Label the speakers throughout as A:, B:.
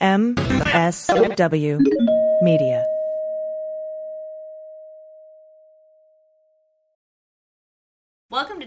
A: MSW Media.
B: Welcome to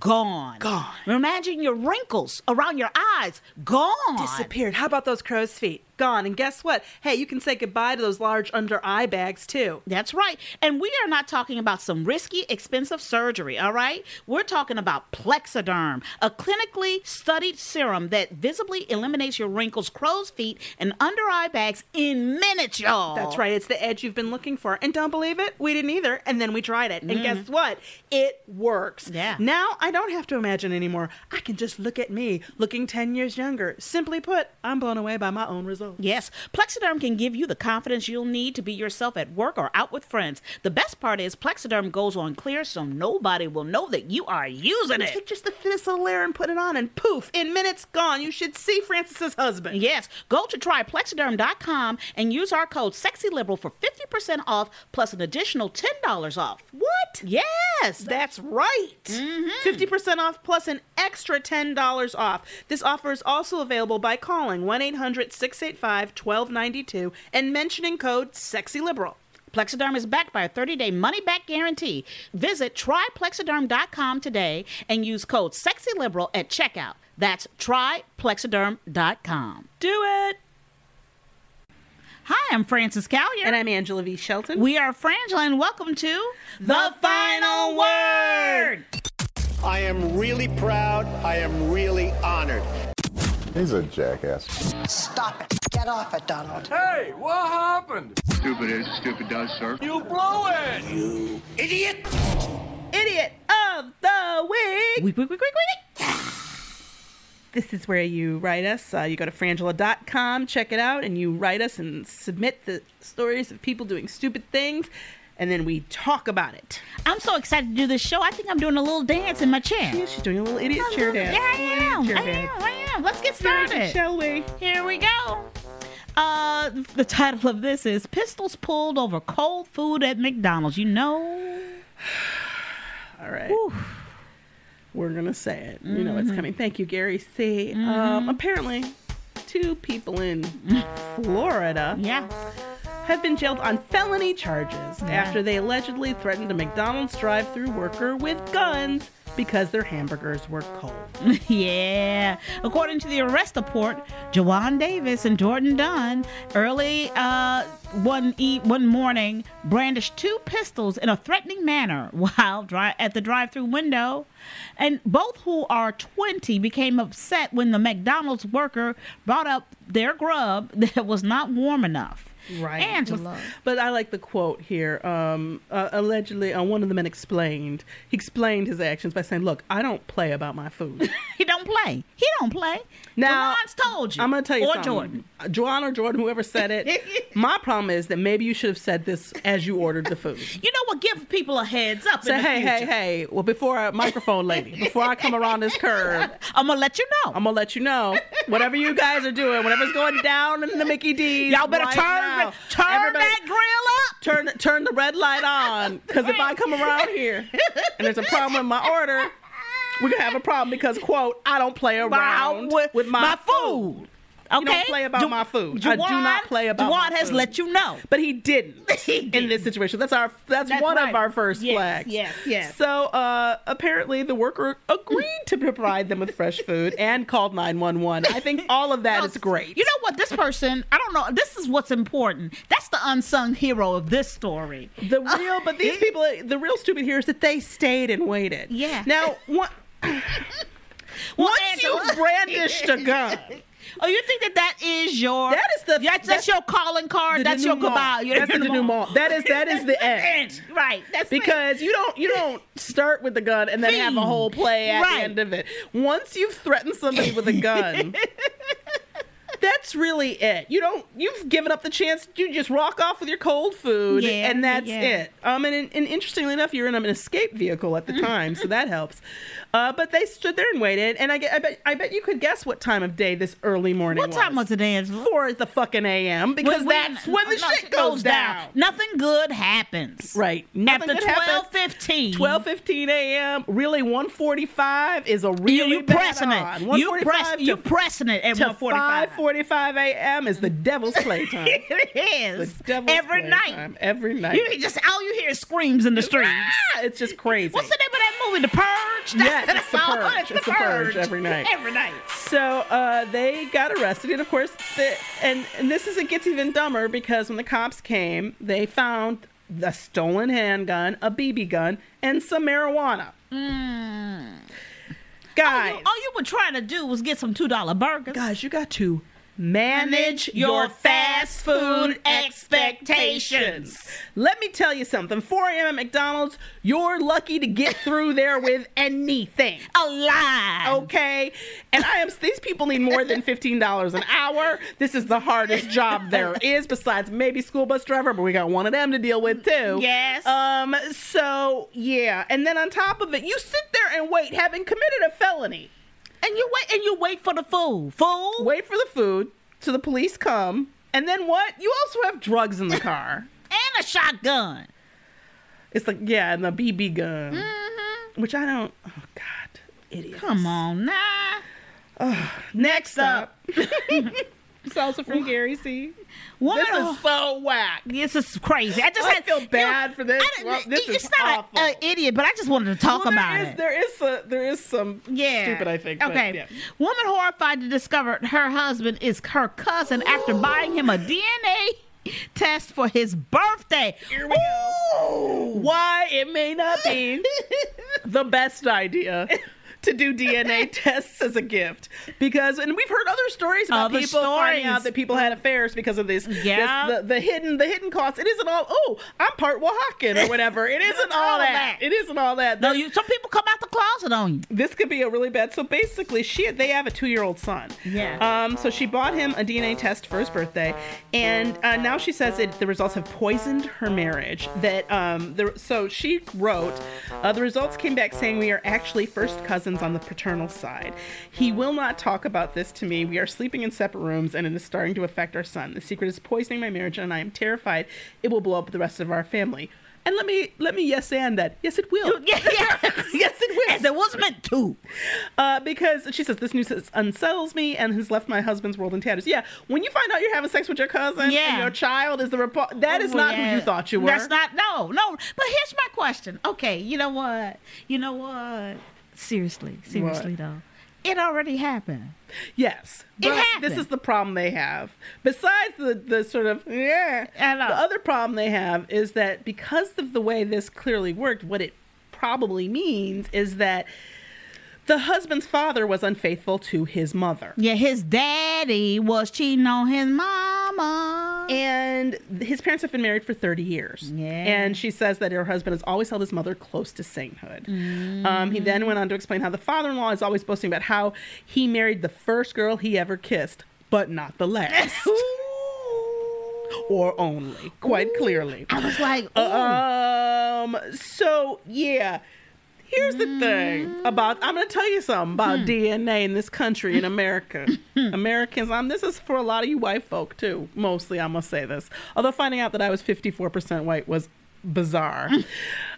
C: gone. Gone. Imagine your wrinkles around your eyes gone.
D: Disappeared. How about those crow's feet? Gone. And guess what? Hey, you can say goodbye to those large under eye bags too.
C: That's right. And we are not talking about some risky, expensive surgery, all right? We're talking about Plexiderm, a clinically studied serum that visibly eliminates your wrinkles, crow's feet, and under eye bags in minutes, y'all.
D: That's right. It's the edge you've been looking for. And don't believe it? We didn't either. And then we tried it. And guess what? It works.
C: Mm. Yeah.
D: Now I don't have to imagine anymore. I can just look at me looking 10 years younger. Simply put, I'm blown away by my own results.
C: Yes, Plexiderm can give you the confidence you'll need to be yourself at work or out with friends. The best part is Plexiderm goes on clear so nobody will know that you are using it.
D: Take just the thinnest little layer and put it on, and poof, in minutes gone. You should see Francis's husband.
C: Yes, go to tryplexiderm.com and use our code SEXYLIBERAL for 50% off plus an additional $10 off.
D: What?
C: Yes,
D: That's right.
C: Mm-hmm.
D: 50% off plus an extra $10 off. This offer is also available by calling 1 800 685 1292 and mentioning code SEXYLIBERAL.
C: Plexiderm is backed by a 30-day money-back guarantee. Visit tryplexiderm.com today and use code SEXYLIBERAL at checkout. That's tryplexiderm.com.
D: Do it.
C: Hi, I'm Frances Callier.
D: And I'm Angela V. Shelton.
C: We are Frangela, and welcome to The Final Word.
E: I am really proud. I am really honored.
F: He's a jackass.
G: Stop it. Get off it, Donald.
E: Hey, what happened? Stupid is, stupid does, sir. You blow it! You idiot!
D: Idiot of the Week.
C: Week, week, week, week, week.
D: This is where you write us. Uh, you go to frangela.com, check it out, and you write us and submit the stories of people doing stupid things, and then we talk about it.
C: I'm so excited to do this show. I think I'm doing a little dance in my chair.
D: Yeah, she's doing a little idiot
C: Yeah,
D: cheer
C: I
D: dance.
C: am.
D: Cheer
C: I
D: dance.
C: am. I am. Let's get
D: Let's do it,
C: started.
D: Shall we?
C: Here we go. Uh, the title of this is Pistols Pulled Over Cold Food at McDonald's. You know.
D: All right. We're going to say it. You know it's coming. Thank you, Gary C. Um, apparently, two people in Florida
C: Yeah.
D: have been jailed on felony charges after they allegedly threatened a McDonald's drive through worker with guns because their hamburgers were cold.
C: yeah. According to the arrest report, Jawan Davis and Jordan Dunn early uh, one e- one morning brandished two pistols in a threatening manner while dri- at the drive-through window, and both who are 20 became upset when the McDonald's worker brought up their grub that was not warm enough.
D: Right.
C: Angela.
D: But I like the quote here. Um, uh, allegedly, uh, one of the men explained. He explained his actions by saying, "Look, I don't play about my food.
C: he don't play. He don't play."
D: Now,
C: Juwan's told you.
D: I'm going to tell you
C: Or
D: something.
C: Jordan.
D: Uh, Juwan or Jordan, whoever said it. my problem is that maybe you should have said this as you ordered the food.
C: You know what? Give people a heads up.
D: Say,
C: in the
D: hey, hey,
C: future.
D: hey. Well, before a microphone lady, before I come around this curve,
C: I'm going to let you know.
D: I'm going to let you know. Whatever you guys are doing, whatever's going down in the Mickey D's.
C: Y'all better
D: right
C: turn
D: now,
C: turn
D: everybody-
C: that grill
D: turn turn the red light on because if I come around here and there's a problem with my order, we're gonna have a problem because quote I don't play around with, my,
C: my
D: food.
C: up. Okay.
D: You don't play about
C: Ju-
D: my food. I do not
C: Juwan-
D: play about.
C: Juwan
D: my
C: has
D: food.
C: let you know.
D: but he didn't, in this situation. That's our that's,
C: That's
D: one
C: right.
D: of our first
C: Yes,
D: flags.
C: yes, yes.
D: So uh, apparently the worker agreed to provide them with fresh food and called nine one one. I think all of
C: Oh,
D: that is great.
C: You know what? This person, I don't know. This is what's important. That's the unsung hero of this story.
D: The real, but these people, the real stupid here is that they stayed and waited.
C: Yeah.
D: Now, what, once
C: Angela.
D: you brandished a gun,
C: Oh, you think that that is your
D: that is the
C: that's, that's your calling card.
D: the
C: that's your
D: denouement.
C: goodbye. Your
D: That's the denouement. That is that is the end.
C: Right. That's the
D: Because you don't you don't start with the gun and then have a
C: Fiend.
D: whole play at
C: Right.
D: the end of it. Once you've threatened somebody with a gun. That's really it. You don't. You've given up the chance. You just walk off with your cold food,
C: Yeah,
D: and that's
C: yeah.
D: it. Um, and, and interestingly enough, you're in an escape vehicle
C: Mm.
D: at the time, so that helps. Uh, but they stood there and waited, and I, get, I bet I bet you could guess what time of day this early morning.
C: What time was it, Angela? Oh,
D: Four at the fucking a.m. Because that's when the
C: no,
D: shit goes down.
C: Nothing good happens.
D: Right.
C: After
D: Nothing good happens.
C: twelve fifteen.
D: 12:15 a.m. Really, 1:45 is a really
C: you, you
D: bad
C: pressing it.
D: on.
C: You
D: 1:45
C: press.
D: to,
C: You pressing it at
D: to
C: one forty five.
D: 5:45 a.m. is the devil's playtime.
C: It
D: the
C: is
D: devil's
C: every night.
D: playtime. Every night.
C: You just all you hear is screams in the streets.
D: Ah, it's just crazy.
C: What's the name of that movie? The Purge.
D: Yes, it's The
C: all-
D: Purge. It's The Purge every night.
C: Every night.
D: So uh, they got arrested, and of course, the, and, and this is it gets even dumber because when the cops came, they found the stolen handgun, a BB gun, and some marijuana.
C: All Hmm.
D: Guys,
C: Oh, you, all you were trying to do was get some two dollar burgers.
D: guys, you got to manage
C: your fast food expectations.
D: Let me tell you something. 4 a.m. at McDonald's, you're lucky to get through there with anything. Oh.
C: Alive.
D: okay? And I am these people need more than fifteen dollars an hour. This is the hardest job there is, besides maybe school bus driver, but we got one of them to deal with too.
C: Yes.
D: Um, so yeah. And then on top of it, you sit there and wait, having committed a felony.
C: And you wait. And you wait for the food. Fool.
D: Wait for the food till the police come. And then what? You also have drugs in the car.
C: And a shotgun.
D: It's like yeah, and the BB gun. Which I don't oh God. Idiot.
C: Mm-hmm. Come on, nah.
D: Next up. it's also from Gary C.
C: Woman,
D: This is so whack.
C: This is crazy. I just
D: I
C: had,
D: feel
C: you know,
D: bad for this.
C: I didn't-
D: Well, this
C: it's
D: is
C: not
D: awful.
C: an idiot, but I just wanted to talk
D: Well,
C: about it.
D: there is, There is a, there is some
C: yeah,
D: stupid. I think. but
C: Okay,
D: yeah.
C: woman horrified to discover her husband is her cousin after buying him a DNA test for his birthday.
D: Here we go. Why it may not be the best idea to do DNA tests as a gift because, and we've heard other stories about
C: Other
D: people finding
C: stories.
D: out that people had affairs because of this.
C: Yeah.
D: this- the, the hidden, the hidden cost. It isn't all. Oh, I'm part Oaxacan or whatever. It isn't all
C: All
D: that.
C: that.
D: It isn't all that.
C: No, you. Some people come out the closet on you.
D: this could be a really bad. So basically, she they have a two year old son.
C: Yeah.
D: Um. So she bought him a DNA test for his birthday, and uh, now she says that the results have poisoned her marriage. That um. The, so she wrote, uh, the results came back saying we are actually first cousins on the paternal side. He will not talk about this to me. We are sleeping in separate rooms, and it is starting to affect our son. The secret is poisoning my marriage, and I am terrified it will blow up the rest of our family. And let me let me yes and that yes it will
C: Yeah, yes.
D: yes it will
C: As it was meant to.
D: uh, because she says this news has- unsettles me and has left my husband's world in tatters. Yeah, when you find out you're having sex with your cousin
C: Yeah.
D: and your child is the repo- that is
C: Oh,
D: not
C: yeah.
D: who you thought you were.
C: That's not no, no. But here's my question. Okay, you know what? You know what?
H: Seriously, seriously
D: What?
H: though.
C: It already happened.
D: Yes,
C: It
D: but this
C: happened.
D: is the problem they have. Besides the the sort of yeah, the other problem they have is that because of the way this clearly worked, what it probably means is that the husband's father was unfaithful to his mother.
C: Yeah, his daddy was cheating on his mama.
D: And his parents have been married for 30 years. Yeah. And she says that her husband has always held his mother close to sainthood. Um, he then went on to explain how the father in law is always boasting about how he married the first girl he ever kissed, but not the last. or only, quite clearly.
C: I was like,
D: um, so yeah. Here's the thing about I'm going to tell you something about DNA in this country in America. Americans, I'm this is for a lot of you white folk too. Mostly, I must say this. Although finding out that I was 54% white was bizarre.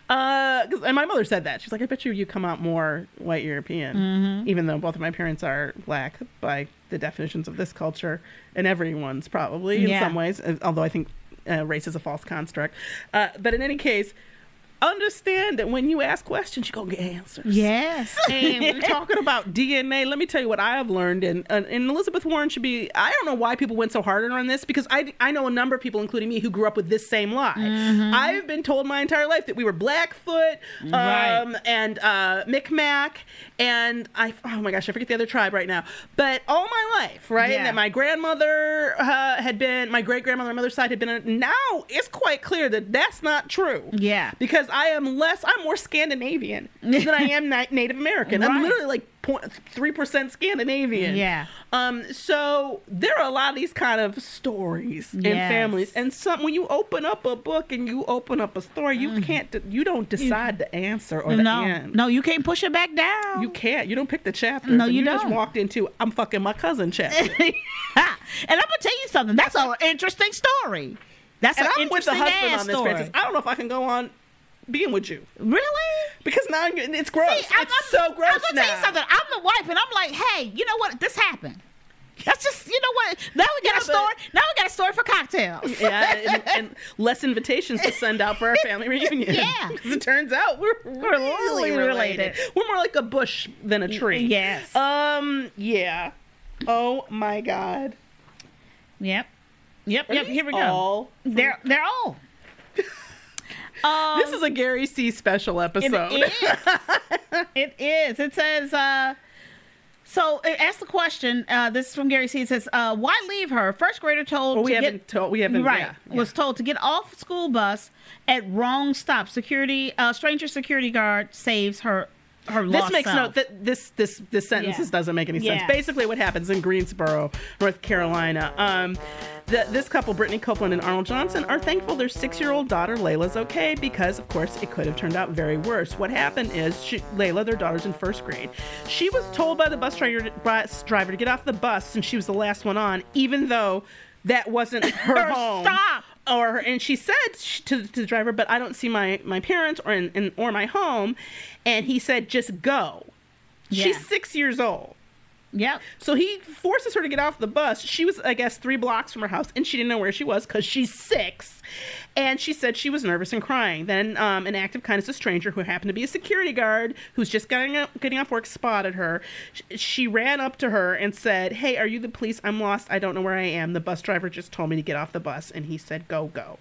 D: Uh, 'cause- and my mother said that she's like, I bet you you come out more white European,
C: Mhm.
D: even though both of my parents are black by the definitions of this culture, and everyone's probably in
C: Yeah.
D: some ways. uh, Although I think uh, race is a false construct, uh, but in any case. Understand that when you ask questions, you're going to get answers.
C: Yes.
D: And we're talking about DNA. Let me tell you what I have learned. And, and and Elizabeth Warren should be, I don't know why people went so hard on this because I, I know a number of people, including me, who grew up with this same lie.
C: Mm-hmm.
D: I've been told my entire life that we were Blackfoot um,
C: Right.
D: and uh, Micmac. And I, oh my gosh, I forget the other tribe right now. But all my life, right?
C: Yeah.
D: And that my grandmother uh, had been, my great grandmother on my mother's side had been, a, now it's quite clear that that's not true.
C: Yeah.
D: Because I am less, I'm more Scandinavian than I am na- Native American. I'm
C: Right.
D: literally like 0.3% Scandinavian.
C: Yeah.
D: Um, so there are a lot of these kind of stories and
C: Yes.
D: families. And some, when you open up a book and you open up a story, you can't, de- you don't decide the answer or the
C: Mm. no,
D: end.
C: no, you can't push it back down.
D: You can't. You don't pick the chapter.
C: No, you
D: just
C: don't.
D: walked into I'm fucking my cousin chapter.
C: And I'm gonna tell you something. That's an interesting story. That's
D: and
C: an
D: I'm with the
C: interesting
D: husband
C: ass
D: on this,
C: story.
D: Francis. I don't know if I can go on being with you.
C: Really?
D: Because now you it's gross.
C: See, I'm,
D: it's
C: I'm-
D: so gross
C: I'm gonna
D: now.
C: tell you something. I'm the wife, and I'm like, hey, you know what? This happened. That's just, you know what? Now we got a story. Now we got a story for cocktails.
D: yeah, and, and less invitations to send out for our family reunion.
C: Yeah.
D: 'Cause it turns out we're
C: really
D: really related.
C: related.
D: We're more like a bush than a tree.
C: Yes.
D: Um. Yeah. Oh my God.
C: Yep. Yep.
D: Are
C: Yep.
D: these
C: Here we go.
D: all
C: they're they're all. um,
D: This is a Gary C special episode.
C: It is. it is. It says, uh, so it asks the question. Uh, this is from Gary C. It says, uh, why leave her? First grader told
D: Well, we
C: to
D: haven't
C: get,
D: told- we haven't-
C: right
D: yeah,
C: was told to get off school bus at wrong stop. Security uh, stranger security guard saves her her
D: this
C: lost
D: makes
C: self.
D: no that this this this sentence
C: Yeah.
D: just doesn't make any sense.
C: Yeah.
D: Basically, what happens in Greensboro, North Carolina, um, the, this couple, Brittany Copeland and Arnold Johnson, are thankful their six-year-old daughter Layla's okay because, of course, it could have turned out very worse. What happened is she, Layla, their daughter's in first grade, she was told by the bus driver, bus driver to get off the bus since she was the last one on, even though that wasn't her,
C: Her
D: home
C: stop.
D: or and she said sh- to, to the driver but i don't see my my parents or in, in or my home and he said just go
C: Yeah.
D: she's six years old
C: Yep.
D: so he forces her to get off the bus she was i guess three blocks from her house and she didn't know where she was because she's six and she said she was nervous and crying then um, an act of kindness a stranger who happened to be a security guard who's just getting, up, getting off work spotted her Sh- she ran up to her and said hey are you the police i'm lost i don't know where i am the bus driver just told me to get off the bus and he said go go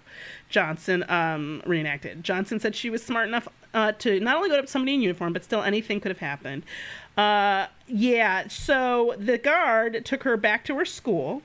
D: Johnson um, reenacted. Johnson said she was smart enough uh, to not only go up to somebody in uniform, but still anything could have happened. Uh, yeah, so the guard took her back to her school,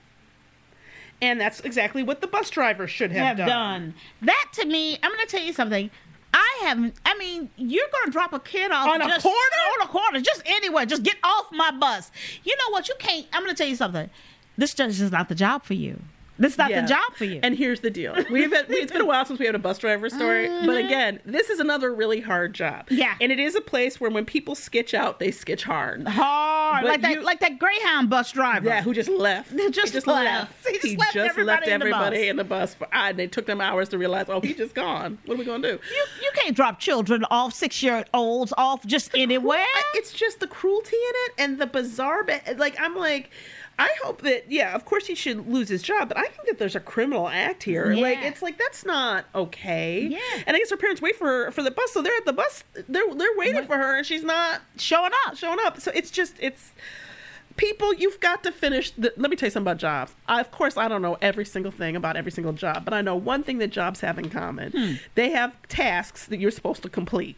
D: and that's exactly what the bus driver should have,
C: have done.
D: done.
C: That to me, I'm going to tell you something. I haven't. I mean, you're going to drop a kid off
D: On a
C: just,
D: corner?
C: on a corner, just anywhere. Just get off my bus. You know what? You can't. I'm going to tell you something. This just is not the job for you. This is not
D: Yeah.
C: the job for you.
D: And here's the deal: we've had, it's been a while since we had a bus driver story, but again, this is another really hard job.
C: Yeah.
D: and it is a place where when people sketch out, they sketch hard.
C: hard,
D: But
C: like that,
D: you-
C: like that Greyhound bus driver.
D: Yeah, who just left.
C: He just left. He just left everybody in the
D: everybody
C: bus.
D: in the bus. For, and it took them hours to realize, oh, he's just gone. What are we going to do?
C: You, you can't drop children off, six year olds off, just anywhere.
D: It's just the cruelty in it and the bizarre. Be- like, I'm like, I hope that yeah, of course he should lose his job, but I think that there's a criminal act here.
C: Yeah.
D: Like it's like that's not okay. Yeah. And I guess her parents wait for her for the bus, so they're at the bus they're they're waiting for her and she's not showing up, showing up. So it's just it's people you've got to finish the, let me tell you something about jobs I, of course i don't know every single thing about every single job but i know one thing that jobs have in common
C: Hmm.
D: they have tasks that you're supposed to complete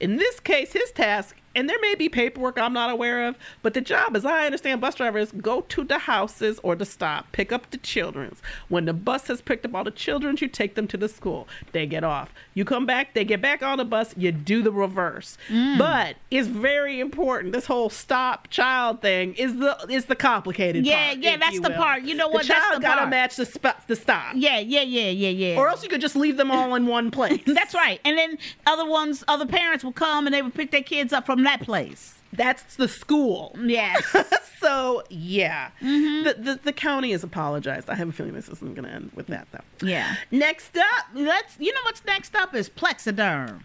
D: in this case his task and there may be paperwork i'm not aware of but the job as i understand bus drivers go to the houses or the stop pick up the children's when the bus has picked up all the children you take them to the school they get off you come back they get back on the bus you do the reverse
C: Mm.
D: but it's very important this whole stop child thing is the is the complicated
C: Yeah,
D: part,
C: yeah,
D: if
C: that's
D: you
C: the
D: will.
C: part. You know what?
D: the
C: That's
D: child
C: the
D: gotta
C: part.
D: match the, sp- the stop
C: Yeah, yeah, yeah, yeah, yeah.
D: or else you could just leave them all in one place
C: That's right. And then other ones, other parents will come and they will pick their kids up from that place.
D: That's the school.
C: Mm-hmm. Yes.
D: so yeah,
C: Mm-hmm.
D: the, the the county has apologized. I have a feeling this isn't going to end with that though.
C: Yeah. Next up, let's you know what's next up is Plexiderm.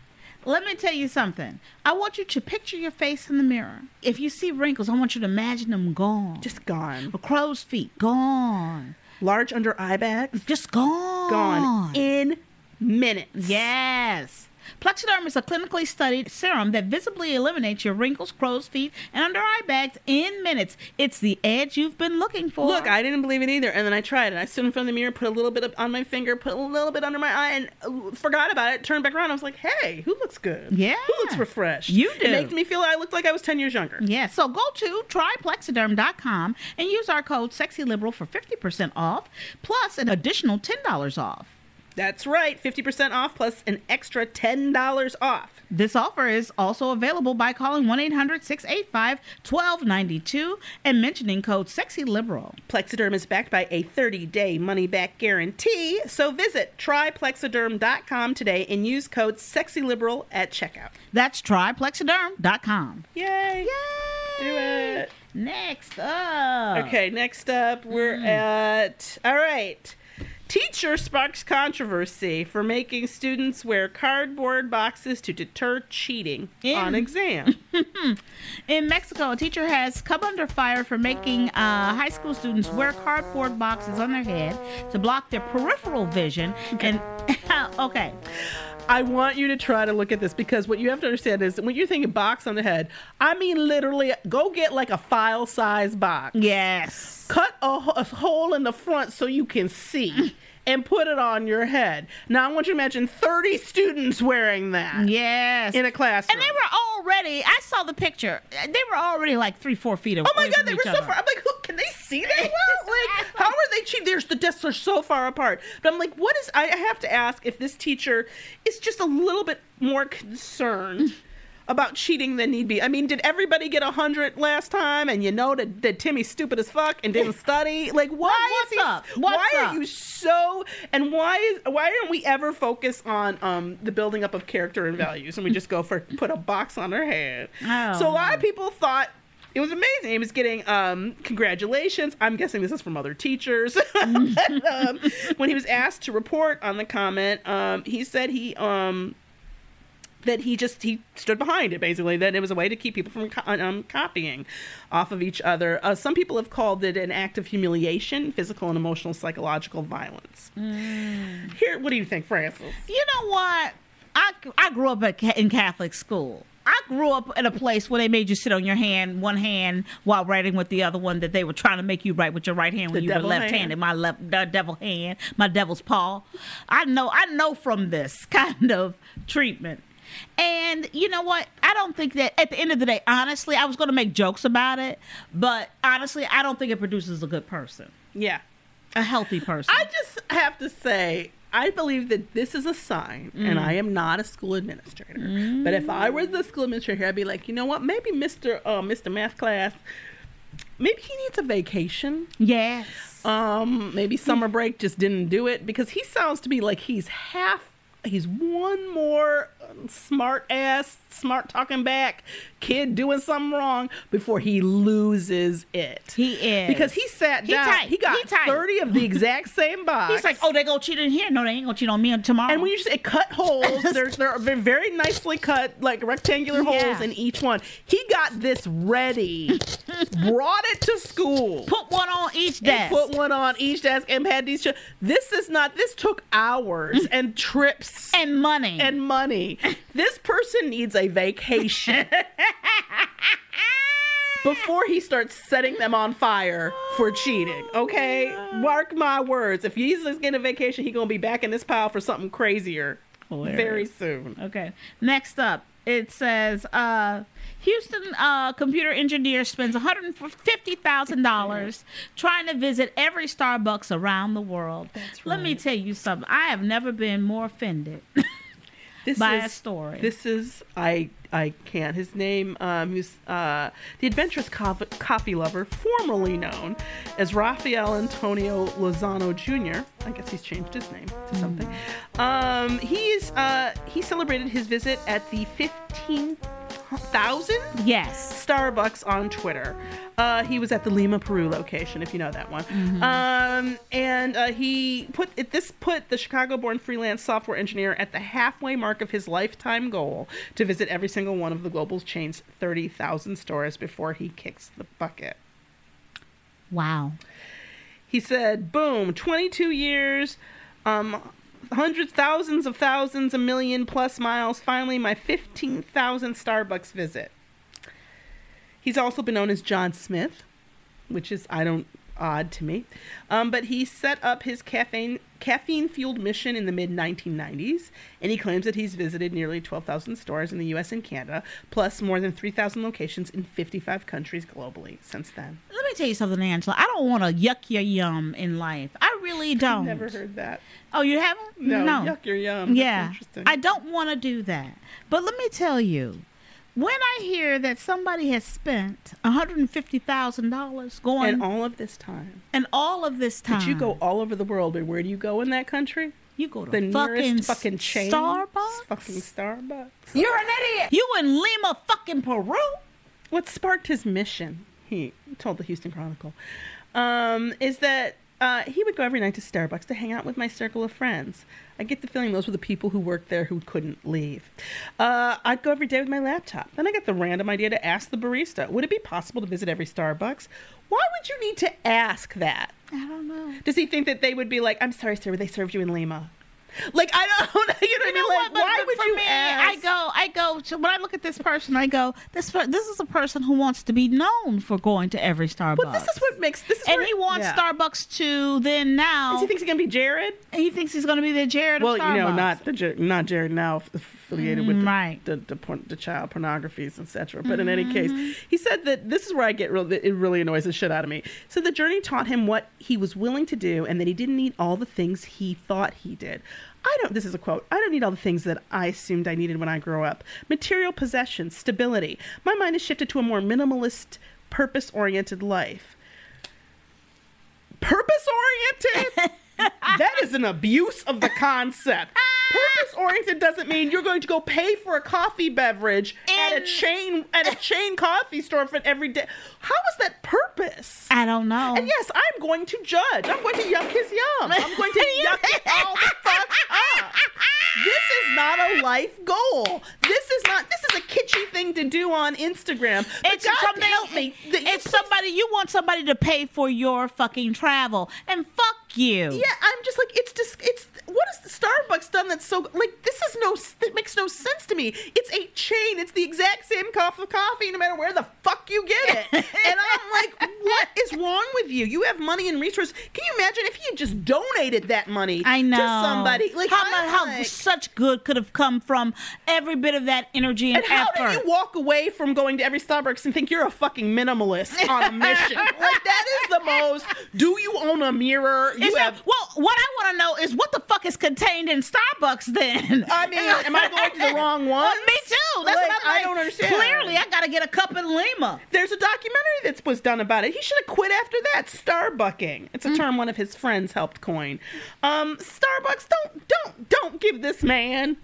C: Let me tell you something. I want you to picture your face in the mirror. If you see wrinkles, I want you to imagine them gone. Just
D: gone.
C: crow's feet gone.
D: Large under eye bags.
C: Just gone.
D: Gone. in minutes.
C: Yes. Plexiderm is a clinically studied serum that visibly eliminates your wrinkles, crow's feet, and under eye bags in minutes. It's the edge you've been looking for.
D: Look, I didn't believe it either, and then I tried it. I stood in front of the mirror, put a little bit of, on my finger, put a little bit under my eye, and uh, forgot about it. Turned back around, I was like, "Hey, who looks good?
C: Yeah.
D: who looks refreshed?
C: You
D: It
C: do.
D: makes me feel I looked like I was ten years younger.
C: Yeah, so go to tryplexiderm.com and use our code SEXYLIBERAL for 50% off, plus an additional $10 off.
D: That's right, fifty percent off plus an extra ten dollars off.
C: This offer is also available by calling 1 800 685 1292 and mentioning code SEXYLIBERAL.
D: Plexiderm is backed by a 30-day money-back guarantee, so visit tryplexiderm.com today and use code SEXYLIBERAL at checkout.
C: That's tryplexiderm.com.
D: Yay! Yay! Do it.
C: Next up.
D: Okay, next up we're
C: Mm.
D: at all right. Teacher sparks controversy for making students wear cardboard boxes to deter cheating on
C: Mm.
D: exam.
C: In Mexico, a teacher has come under fire for making uh, high school students wear cardboard boxes on their head to block their peripheral vision. And okay,
D: I want you to try to look at this because what you have to understand is when you're thinking box on the head, I mean literally go get like a file size box.
C: Yes.
D: Cut a, ho- a hole in the front so you can see and put it on your head. Now I want you to imagine 30 students wearing that.
C: Yes.
D: In a classroom.
C: And they were already. I saw the picture. They were already like three, four feet away.
D: Oh my god,
C: from
D: they
C: each
D: were so
C: other.
D: far. I'm like, who, can they see that well? Like, how are they cheating? There's the desks are so far apart. But I'm like, what is? I I have to ask if this teacher is just a little bit more concerned. About cheating than need be. I mean, did everybody get a hundred last time? And you know that, that Timmy's stupid as fuck and didn't study. Like, why is he,
C: up? What's
D: why
C: up?
D: are you so? And why is why aren't we ever focused on um the building up of character and values? And we just go for put a box on her head.
C: Oh.
D: So a lot of people thought it was amazing. It was getting um, congratulations. I'm guessing this is from other teachers. And, um, when he was asked to report on the comment, um, he said he um, that he just he stood behind it basically. That it was a way to keep people from co- um, copying off of each other. Uh, some people have called it an act of humiliation, physical and emotional, psychological violence. Here, what do you think, Francis?
C: You know what? I, I grew up at, in Catholic school. I grew up in a place where they made you sit on your hand, one hand, while writing with the other one. That they were trying to make you write with your right hand when
D: The
C: you were
D: devil hand.
C: left-handed. My left, the devil hand, my devil's paw. I know, I know from this kind of treatment. And you know what? I don't think that at the end of the day, honestly, I was going to make jokes about it, but honestly, I don't think it produces a good person,
D: Yeah.
C: a healthy person.
D: I just have to say, I believe that this is a sign, and
C: Mm.
D: I am not a school administrator. But if I were the school administrator, I'd be like, you know what? Maybe Mr. Uh, Mr. Math class, maybe he needs a vacation.
C: Yes.
D: Um, maybe summer break just didn't do it because he sounds to me like he's half he's one more smart ass, smart talking back kid doing something wrong before he loses it.
C: He is
D: because he sat
C: He
D: down.
C: tight.
D: He got
C: He tight.
D: thirty of the exact same box.
C: He's like, oh, they gonna cheat in here? No, they ain't gonna cheat on me tomorrow.
D: And when you just it cut holes, they're, they're they're very nicely cut, like rectangular holes
C: Yeah.
D: in each one. He got this ready, brought it to school,
C: put one on each
D: and
C: desk.
D: put one on each desk, and had these. Ch- this is not. This took hours and trips
C: Mm. and money.
D: and money. this person needs a vacation. Before he starts setting them on fire
C: Oh,
D: for cheating, okay? Mark my words. If he's just getting a vacation, he gonna be back in this pile for something crazier very
C: Hilarious.
D: soon.
C: Okay. Next up, it says uh, Houston uh, computer engineer spends $150,000 trying to visit every Starbucks around the world. Let me tell you something. I have never been more offended.
D: This
C: by a story.
D: This is I I can't. His name um he's uh the adventurous cof- coffee lover, formerly known as Rafael Antonio Lozano Jr. I guess he's changed his name to something.
C: Mm.
D: Um he's uh he celebrated his visit at the 15,000
C: yes.
D: Starbucks on Twitter. Uh, he was at the Lima, Peru location, if you know that one. Um, and uh, he put it, this put the Chicago-born freelance software engineer at the halfway mark of his lifetime goal to visit every single one of the global chain's thirty thousand stores before he kicks the bucket.
C: Wow.
D: He said, "Boom! Twenty-two years." Um, Hundreds, thousands of thousands, a million plus miles. Finally, my 15,000 Starbucks visit. He's also been known as John Smith, which is I don't odd to me. Um, but he set up his caffeine caffeine fueled mission in the mid 1990s, and he claims that he's visited nearly 12,000 stores in the U.S. and Canada, plus more than 3,000 locations in 55 countries globally since then.
C: Let me tell you something, Angela. I don't want to yuck your yum in life. I really don't.
D: Never heard that.
C: Oh, you haven't?
D: No, yuck your yum. That's
C: Yeah.
D: interesting.
C: I don't want to do that. But let me tell you, when I hear that somebody has spent $150,000 going
D: And all of this time,
C: and all of this time.
D: did you go all over the world? And where do you go in that country?
C: You Ah. go to
D: The
C: fucking,
D: nearest fucking chain.
C: Starbucks.
D: Fucking Starbucks.
C: You're an idiot. You in Lima, fucking Peru.
D: what sparked his mission, he told the Houston Chronicle, um, is that uh, he would go every night to Starbucks to hang out with my circle of friends. I get the feeling those were the people who worked there who couldn't leave. Uh, I'd go every day with my laptop. Then I got the random idea to ask the barista would it be possible to visit every Starbucks? Why would you need to ask that?
C: I don't know.
D: Does he think that they would be like, I'm sorry, sir, they served you in Lima? Like, I don't know. You know,
C: You know
D: what I mean?
C: what?
D: Like,
C: But-
D: why
C: but
D: would
C: for
D: you
C: me,
D: ask?
C: I go, I go. To, when I look at this person, I go, this per- this is a person who wants to be known for going to every Starbucks.
D: But this is what makes this. Is
C: and
D: where-
C: he wants
D: Yeah.
C: Starbucks to then now.
D: Does he thinks he's gonna be Jared?
C: he thinks he's going to be the Jared
D: well,
C: of Starbucks. Mm,
D: you know, not the Jer- not Jared now f- affiliated with the,
C: Right.
D: the, the, porn, the child pornographies, etc. But in any case,
C: Mm-hmm.
D: he said that this is where I get real. that It really annoys the shit out of me. So the journey taught him what he was willing to do, and that he didn't need all the things he thought he did. I don't. This is a quote. I don't need all the things that I assumed I needed when I grew up. Material possessions, stability. My mind has shifted to a more minimalist, purpose-oriented life. Purpose oriented? that is an abuse of the concept.
C: Ah!
D: Purpose oriented doesn't mean you're going to go pay for a coffee beverage at a
C: In-
D: chain at a chain coffee store for every day. How is that purpose?
C: I don't know.
D: And yes, I'm going to judge. I'm going to yuck his yum. I'm going to yuck it all the fuck up. This is not a life goal. This is not. This is a kitschy thing to do on Instagram. But
C: It's
D: God
C: something.
D: help me. that you
C: It's somebody you want somebody to pay for your fucking travel, and fuck you.
D: Yeah, I'm just like it's just it's what has Starbucks done that's so like this is no that makes no sense to me. It's a chain. It's the exact same cup of coffee no matter where the fuck you get it. and I'm like, what is wrong with you? You have money and resources. Can you imagine if he had just donated that money?
C: I know.
D: to somebody like
C: how
D: I'm
C: mu- how
D: like,
C: such good could have come from every bit of that energy and,
D: and how
C: effort.
D: do you walk away from going to every Starbucks and think you're a fucking minimalist on a mission? like that is the most. Do you own a mirror? You
C: Is that-
D: have
C: well, what I want to know is what the fuck is contained trained in Starbucks then.
D: I mean, am I going to the wrong one?
C: Me too. That's
D: Like,
C: what I'm
D: I
C: like.
D: don't understand.
C: Clearly, I got to get a cup in Lima.
D: There's a documentary that was done about it. He should have quit after that. Starbucking. It's a term one of his friends helped coin. Um, Starbucks, don't don't don't give this man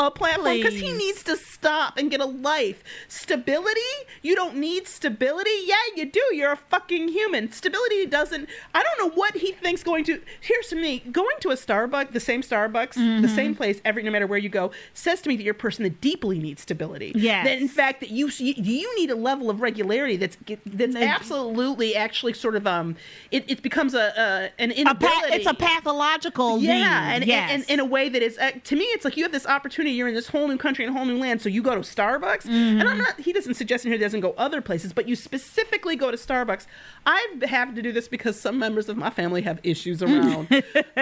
D: a platform because he
C: Please.
D: needs to stop and get a life. Stability? You don't need stability. Yeah, you do. You're a fucking human. Stability doesn't. I don't know what he thinks going to. Here's to me going to a Starbucks, the same Starbucks, the
C: Mhm.
D: same place every no matter where you go, says to me that you're a person that deeply needs stability.
C: Yes.
D: That in fact that you you you need a level of regularity that's that's absolutely actually sort of um it, it becomes a uh, an
C: A
D: inability.
C: pa- it's a pathological.
D: yeah,
C: need.
D: and, and-
C: yes.
D: and, in a way that is uh, to me, it's like you have this opportunity. You're in this whole new country and whole new land, so you go to Starbucks. And
C: Mm-hmm.
D: I'm not. He doesn't suggest in here. he Doesn't go other places, but you specifically go to Starbucks. I have to do this because some members of my family have issues around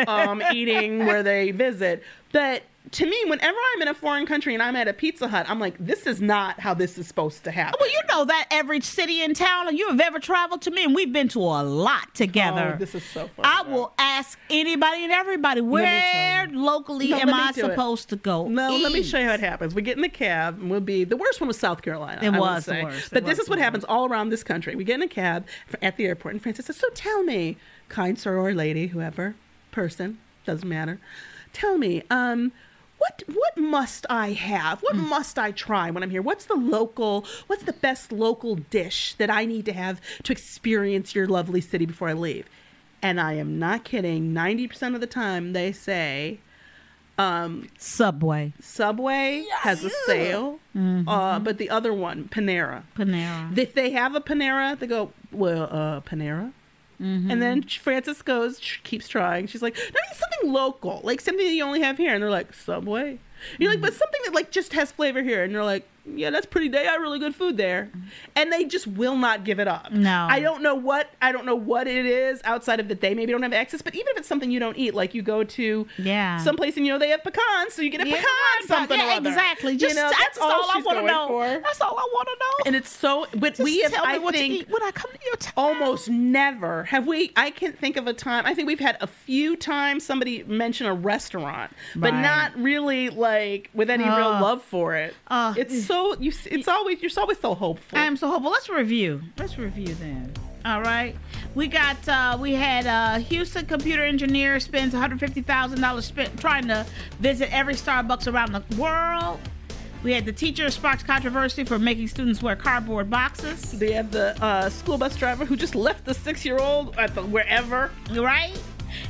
D: um, eating where they visit. But to me, whenever I'm in a foreign country and I'm at a Pizza Hut, I'm like, this is not how this is supposed to happen.
C: Well, you know that every city and town you have ever traveled to, me and we've been to a lot together.
D: Oh, this is so funny.
C: I will ask anybody and everybody where locally
D: No,
C: am
D: let me
C: I
D: do it.
C: supposed to go?
D: No, let me
C: eat?
D: show you how it happens. We get in the cab and we'll be the worst one was South Carolina.
C: It
D: I will
C: was the
D: say.
C: worst. It
D: But this
C: was
D: is what happens all around this country. We get in a cab f- at the airport and Francis says, So tell me, kind sir or lady, whoever, person, doesn't matter. Tell me, um, what what must I have? What
C: Mm.
D: must I try when I'm here? What's the local what's the best local dish that I need to have to experience your lovely city before I leave? And I am not kidding, ninety percent of the time they say um,
C: Subway.
D: Subway has a sale, uh, but the other one, Panera.
C: Panera.
D: If they have a Panera, they go, well, uh, Panera.
C: Mm-hmm.
D: And then Frances goes, sh- keeps trying. She's like, no, I need something local, like something that you only have here. And they're like, Subway. And you're
C: Mm-hmm.
D: like, but something that like just has flavor here. And they're like, yeah, that's pretty. They got really good food there, and they just will not give it up.
C: Mm-hmm. No.
D: I don't know what I don't know what it is outside of that they maybe don't have access. But even if it's something you don't eat, like you go to
C: Yeah.
D: someplace and you know they have pecans, so you get a
C: Yeah,
D: pecan something.
C: yeah,
D: or other.
C: exactly.
D: You
C: Just
D: know,
C: that's, all, I
D: she's
C: want to
D: going
C: know.
D: for.
C: That's all I want to know.
D: And it's so, but
C: Just
D: we have,
C: tell me
D: I
C: what to
D: think,
C: eat when I come to your town.
D: almost never have we. I can't think of a time. I think we've had a few times somebody mention a restaurant, but
C: Right. Uh,
D: not really like with any real
C: Ugh.
D: love for it.
C: Ugh.
D: it's so you. s- It's always you're always so hopeful.
C: I am Um, so hopeful. Let's review. Let's review then. All right. We got uh we had uh Houston computer engineer spends $150,000 spent trying to visit every Starbucks around the world. We had the teacher sparks controversy for making students wear cardboard boxes,
D: they have the uh, school bus driver who just left the six year old at the wherever.
C: right?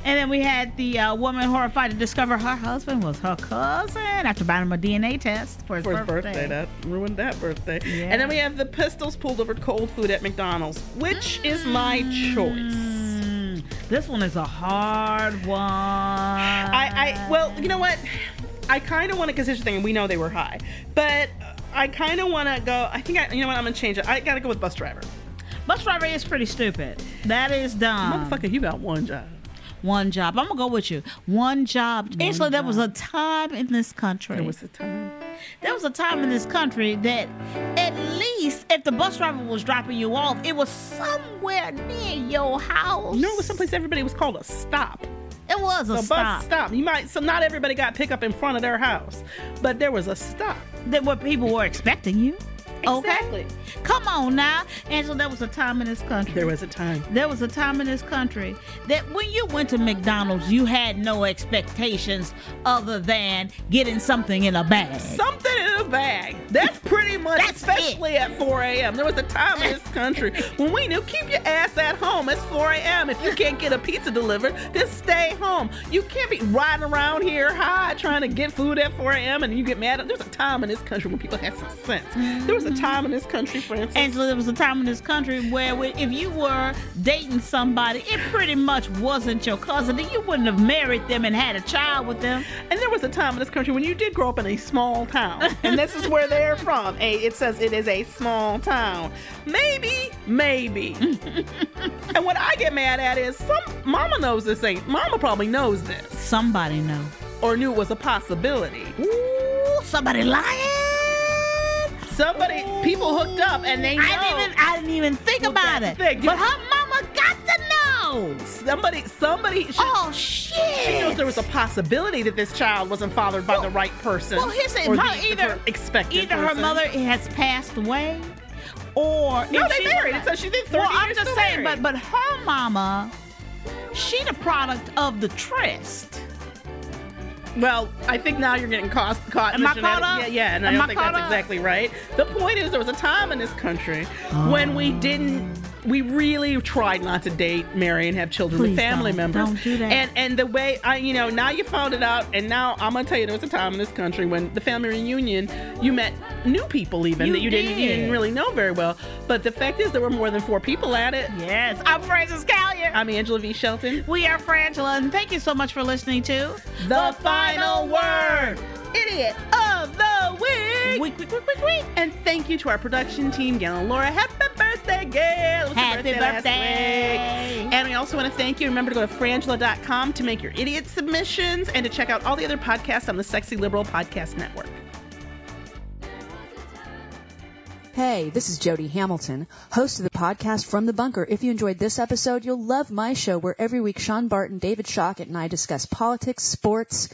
C: And then we had the uh, woman horrified to discover her husband was her cousin after buying him a DNA test for his,
D: For his
C: birthday.
D: birthday. that ruined that birthday.
C: Yeah.
D: And then we have the pistols pulled over cold food at McDonald's, which is my choice.
C: Mm, this one is a hard one.
D: I,
C: Uh,
D: I well, you know what? I kind of want to because here's the thing, and we know they were high, but I kind of want to go. I think I, you know what? I'm gonna change it. I gotta go with bus driver.
C: Bus driver is pretty stupid. That is dumb.
D: Motherfucker, you got one job.
C: One job. I'm gonna go with you. One job. Angela, there was a time in this country.
D: It was the time.
C: there was a time in this country that at least if the bus driver was dropping you off, it was somewhere near your house.
D: You know, it was someplace everybody was called a stop.
C: It was a,
D: A
C: stop.
D: bus stop. You might so not everybody got pick up in front of their house, but there was a stop.
C: That what people were expecting you.
D: Exactly.
C: Okay. Come on now. Angela, there was a time in this country.
D: There was a time.
C: There was a time in this country that when you went to McDonald's, you had no expectations other than getting something in a bag.
D: Something in a bag. That's pretty much,
C: That's
D: especially at 4 a.m. There was a time in this country when we knew keep your ass at home. It's 4 a.m. If you can't get a pizza delivered, then stay home. You can't be riding around here high trying to get food at 4 a.m. and you get mad. There was a time in this country when people had some sense. There was a time in this country, for instance.
C: Angela, there was a time in this country where we- if you were dating somebody, it pretty much wasn't your cousin, then you wouldn't have married them and had a child with them.
D: And there was a time in this country when you did grow up in a small town. And this is where they're from. A, it says it is a small town. Maybe, maybe. and what I get mad at is some mama knows this ain't. Mama probably knows this
C: Somebody know.
D: or knew it was a possibility.
C: Ooh, somebody lying.
D: Somebody, people hooked up and they know.
C: I didn't even I didn't even think about it.
D: that's the thing. You-
C: But her mama got to know.
D: knows. Somebody, somebody. She,
C: oh shit!
D: She knows there was a possibility that this child wasn't fathered by the right person.
C: Well, here's the
D: or
C: my-
D: the
C: either-
D: expected
C: Either her
D: person.
C: mother has passed away, or
D: No,
C: if
D: they
C: she-
D: married, so she did 30
C: Well, I'm
D: years
C: just
D: still
C: saying,
D: married.
C: but but her mama, she the product of the tryst.
D: Well, I think now you're getting caught. caught in
C: Am
D: the
C: I caught up?
D: Yeah, yeah, and
C: Am
D: I
C: I
D: don't think
C: caught
D: that's
C: up?
D: exactly right. The point is, there was a time in this country when we
C: Oh.
D: didn't. We really tried not to date, marry, and have children with
C: Please
D: family
C: don't.
D: members.
C: Don't do that.
D: And and the way I, you know, now you found it out, and now I'm gonna tell you, there was a time in this country when the family reunion, you met new people even
C: You
D: that you didn't you
C: did.
D: didn't really know very well. But the fact is, there were more than four people at it.
C: Yes, I'm Frances Callier.
D: I'm Angela V. Shelton.
C: Uh, We are Frangela, and thank you so much for listening to
D: The, final word. Idiot of the week.
C: Week, week, week, week, week.
D: And thank you to our production team, Gail and Laura. Happy birthday, Gail! It was her
C: Happy
D: last
C: birthday.
D: week. And we also want to thank you. Remember to go to frangela.com to make your idiot submissions and to check out all the other podcasts on the Sexy Liberal Podcast Network.
I: Hey, this is Jody Hamilton, host of the podcast From the Bunker. If you enjoyed this episode, you'll love my show where every week Sean Barton, David Shockett, and I discuss politics, sports,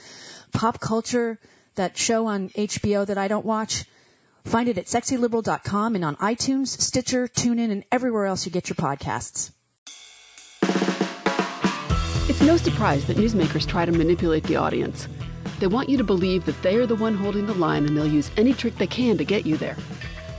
I: pop culture, that show on HBO that I don't watch. Find it at sexyliberal.com and on iTunes, Stitcher, TuneIn, and everywhere else you get your podcasts.
J: It's no surprise that newsmakers try to manipulate the audience. They want you to believe that they are the one holding the line and they'll use any trick they can to get you there.